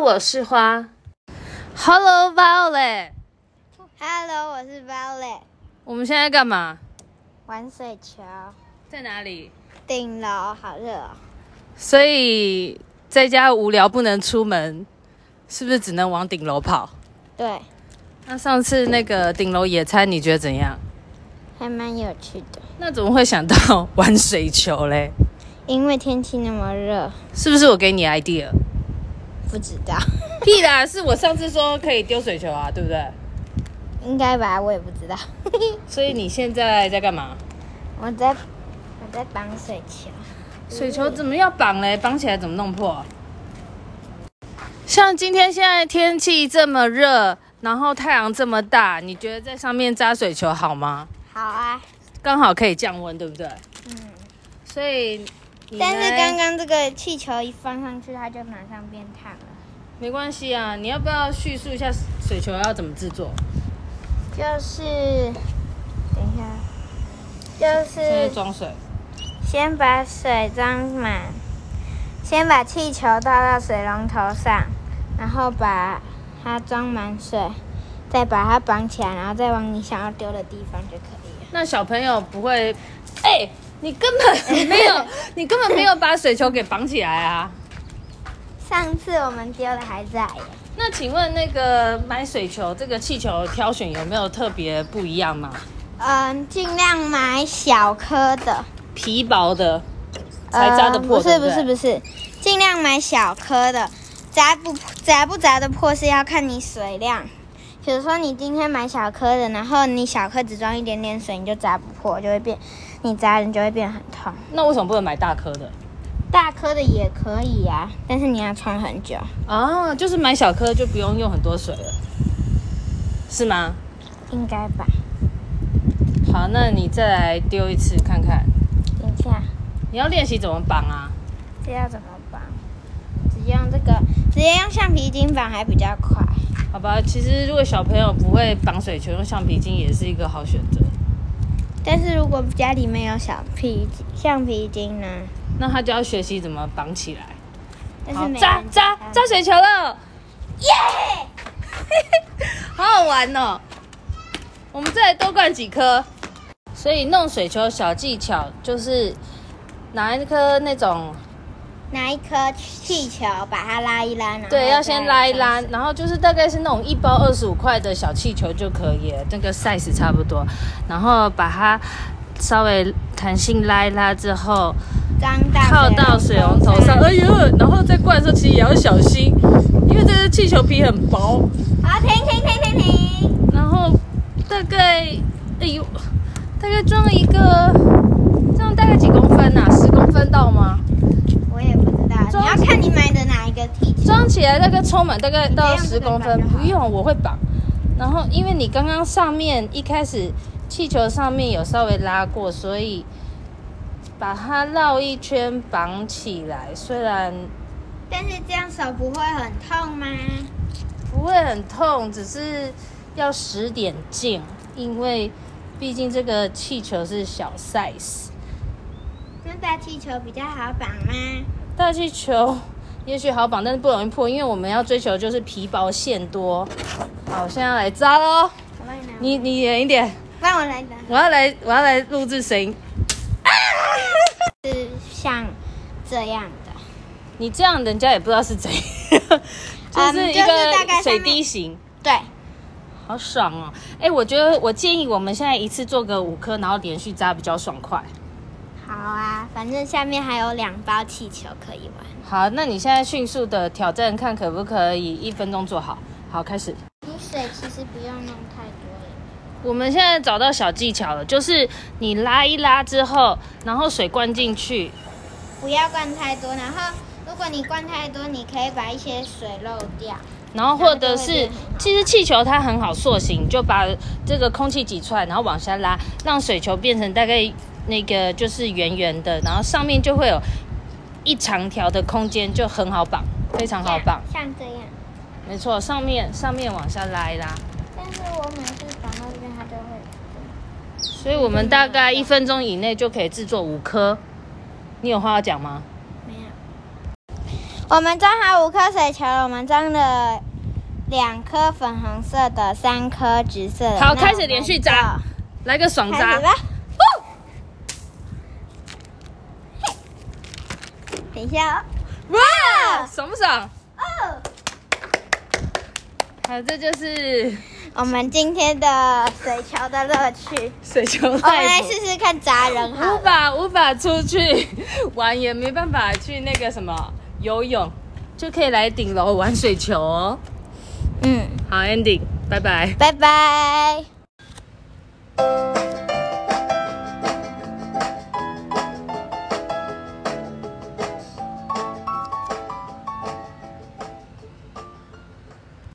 我是花。Hello Violet， Hello，我是 Violet，我们现在干嘛？玩水球，在哪里？顶楼好热、哦，所以在家无聊不能出门，是不是只能往顶楼跑？对，那啊上次那个顶楼野餐，你觉得怎样？还蛮有趣的。那怎么会想到玩水球嘞？因为天气那么热，是不是我给你 idea？不知 道，屁啦，是我上次说可以丢水球啊，对不对？应该吧，我也不知道。所以你现在在干嘛？ 我在我在绑水球，水球怎么要绑嘞？绑起来怎么弄破？像今天现在天气这么热，然后太阳这么大，你觉得在上面扎水球好吗？好啊，刚好可以降温，对不对？嗯。所以你呢，但是刚刚这个气球一放上去，它就马上变烫了，没关系啊。你要不要叙述一下水球要怎么制作？就是等一下，就现在是装水，先把水装满，先把气球倒到水龙头上，然后把它装满水，再把它绑起来，然后再往你想要丢的地方就可以了。那小朋友不会，哎、你根本没有，你根本没有把水球给绑起来啊。上次我们丢的还在耶，那请问那个买水球这个气球挑选有没有特别不一样吗？嗯，尽量买小颗的，皮薄的才扎得破，呃不对是不不对是不是，尽量买小颗的，砸不砸不砸得破是要看你水量。比如说你今天买小颗的，然后你小颗只装一点点水，你就砸不破，就会变，你砸人就会变很痛。那为什么不能买大颗的？大颗的也可以啊，但是你要穿很久。啊，就是买小颗就不用用很多水了，是吗？应该吧？好，那你再来丢一次看看。等一下，你要练习怎么绑啊？这要怎么绑？直接用这个，直接用橡皮筋绑还比较快。好吧，其实如果小朋友不会绑水球，用橡皮筋也是一个好选择。但是如果家里没有小皮橡皮筋呢？那他就要学习怎么绑起来。但是好，没扎人扎家扎水球了，耶！ 好好玩哦。我们再多灌几颗。所以弄水球小技巧就是拿一颗那种，拿一颗气球把它拉一拉，然后对，要再先拉一拉，放水然后就是大概是那种一包二十五块的小气球就可以了，那个 size 差不多，然后把它稍微弹性拉一拉之后，张大靠到水龙头上，哎呦，然后再灌的时候其实也要小心，因为这个气球皮很薄，呃好，停停停停停，然后大概，哎呦，大概装了一个，这样大概几公分啊？十公分到吗？我也不知道，你装要看你买的哪一个气球。装起来大概充满大概到十公分，你这样子绑就好不用，我会绑。然后因为你刚刚上面一开始气球上面有稍微拉过，所以把它绕一圈绑起来，虽然但是这样手不会很痛吗？不会很痛，只是要使点劲，因为毕竟这个气球是小 size，那大气球比较好绑吗？大气球也许好绑，但是不容易破，因为我们要追求就是皮薄馅多。好，我现在要来扎喽，我帮你拿，你你远一点，帮我来拿。我要来我要来录制声音，是像这样的，你这样人家也不知道是怎样， 就嗯是一就是大概个上水面滴型。对，好爽哦！哎、我觉得我建议我们现在一次做个五颗，然后连续扎比较爽快。好啊，反正下面还有两包气球可以玩。好，那你现在迅速的挑战，看可不可以一分钟做好。好，开始。你水其实不用弄太多了。我们现在找到小技巧了，就是你拉一拉之后，然后水灌进去，不要灌太多，然后如果你灌太多，你可以把一些水漏掉。然后或者是然后就会变很好其实气球它很好塑形，你就把这个空气挤出来，然后往下拉，让水球变成大概那个就是圆圆的，然后上面就会有一长条的空间，就很好绑，非常好绑。像这样。没错，上面上面往下拉一拉。但是我每次绑到这边，它就会。所以我们大概一分钟以内就可以制作五颗。你有话要讲吗？没有。我们装好五颗水球了，我们装了两颗粉红色的，三颗紫色好的。那我们开始连续扎来个爽就，开扎始，吧。呼嘿等一下哦，哇！爽不爽？哦，好，这就是我们今天的水球的乐趣， 水球我们来赛谱。试试看砸人好无了。法无法出去 玩，也没办法去那个什么游泳，就可以来顶楼玩水球哦。嗯，好，ending，拜拜。拜拜。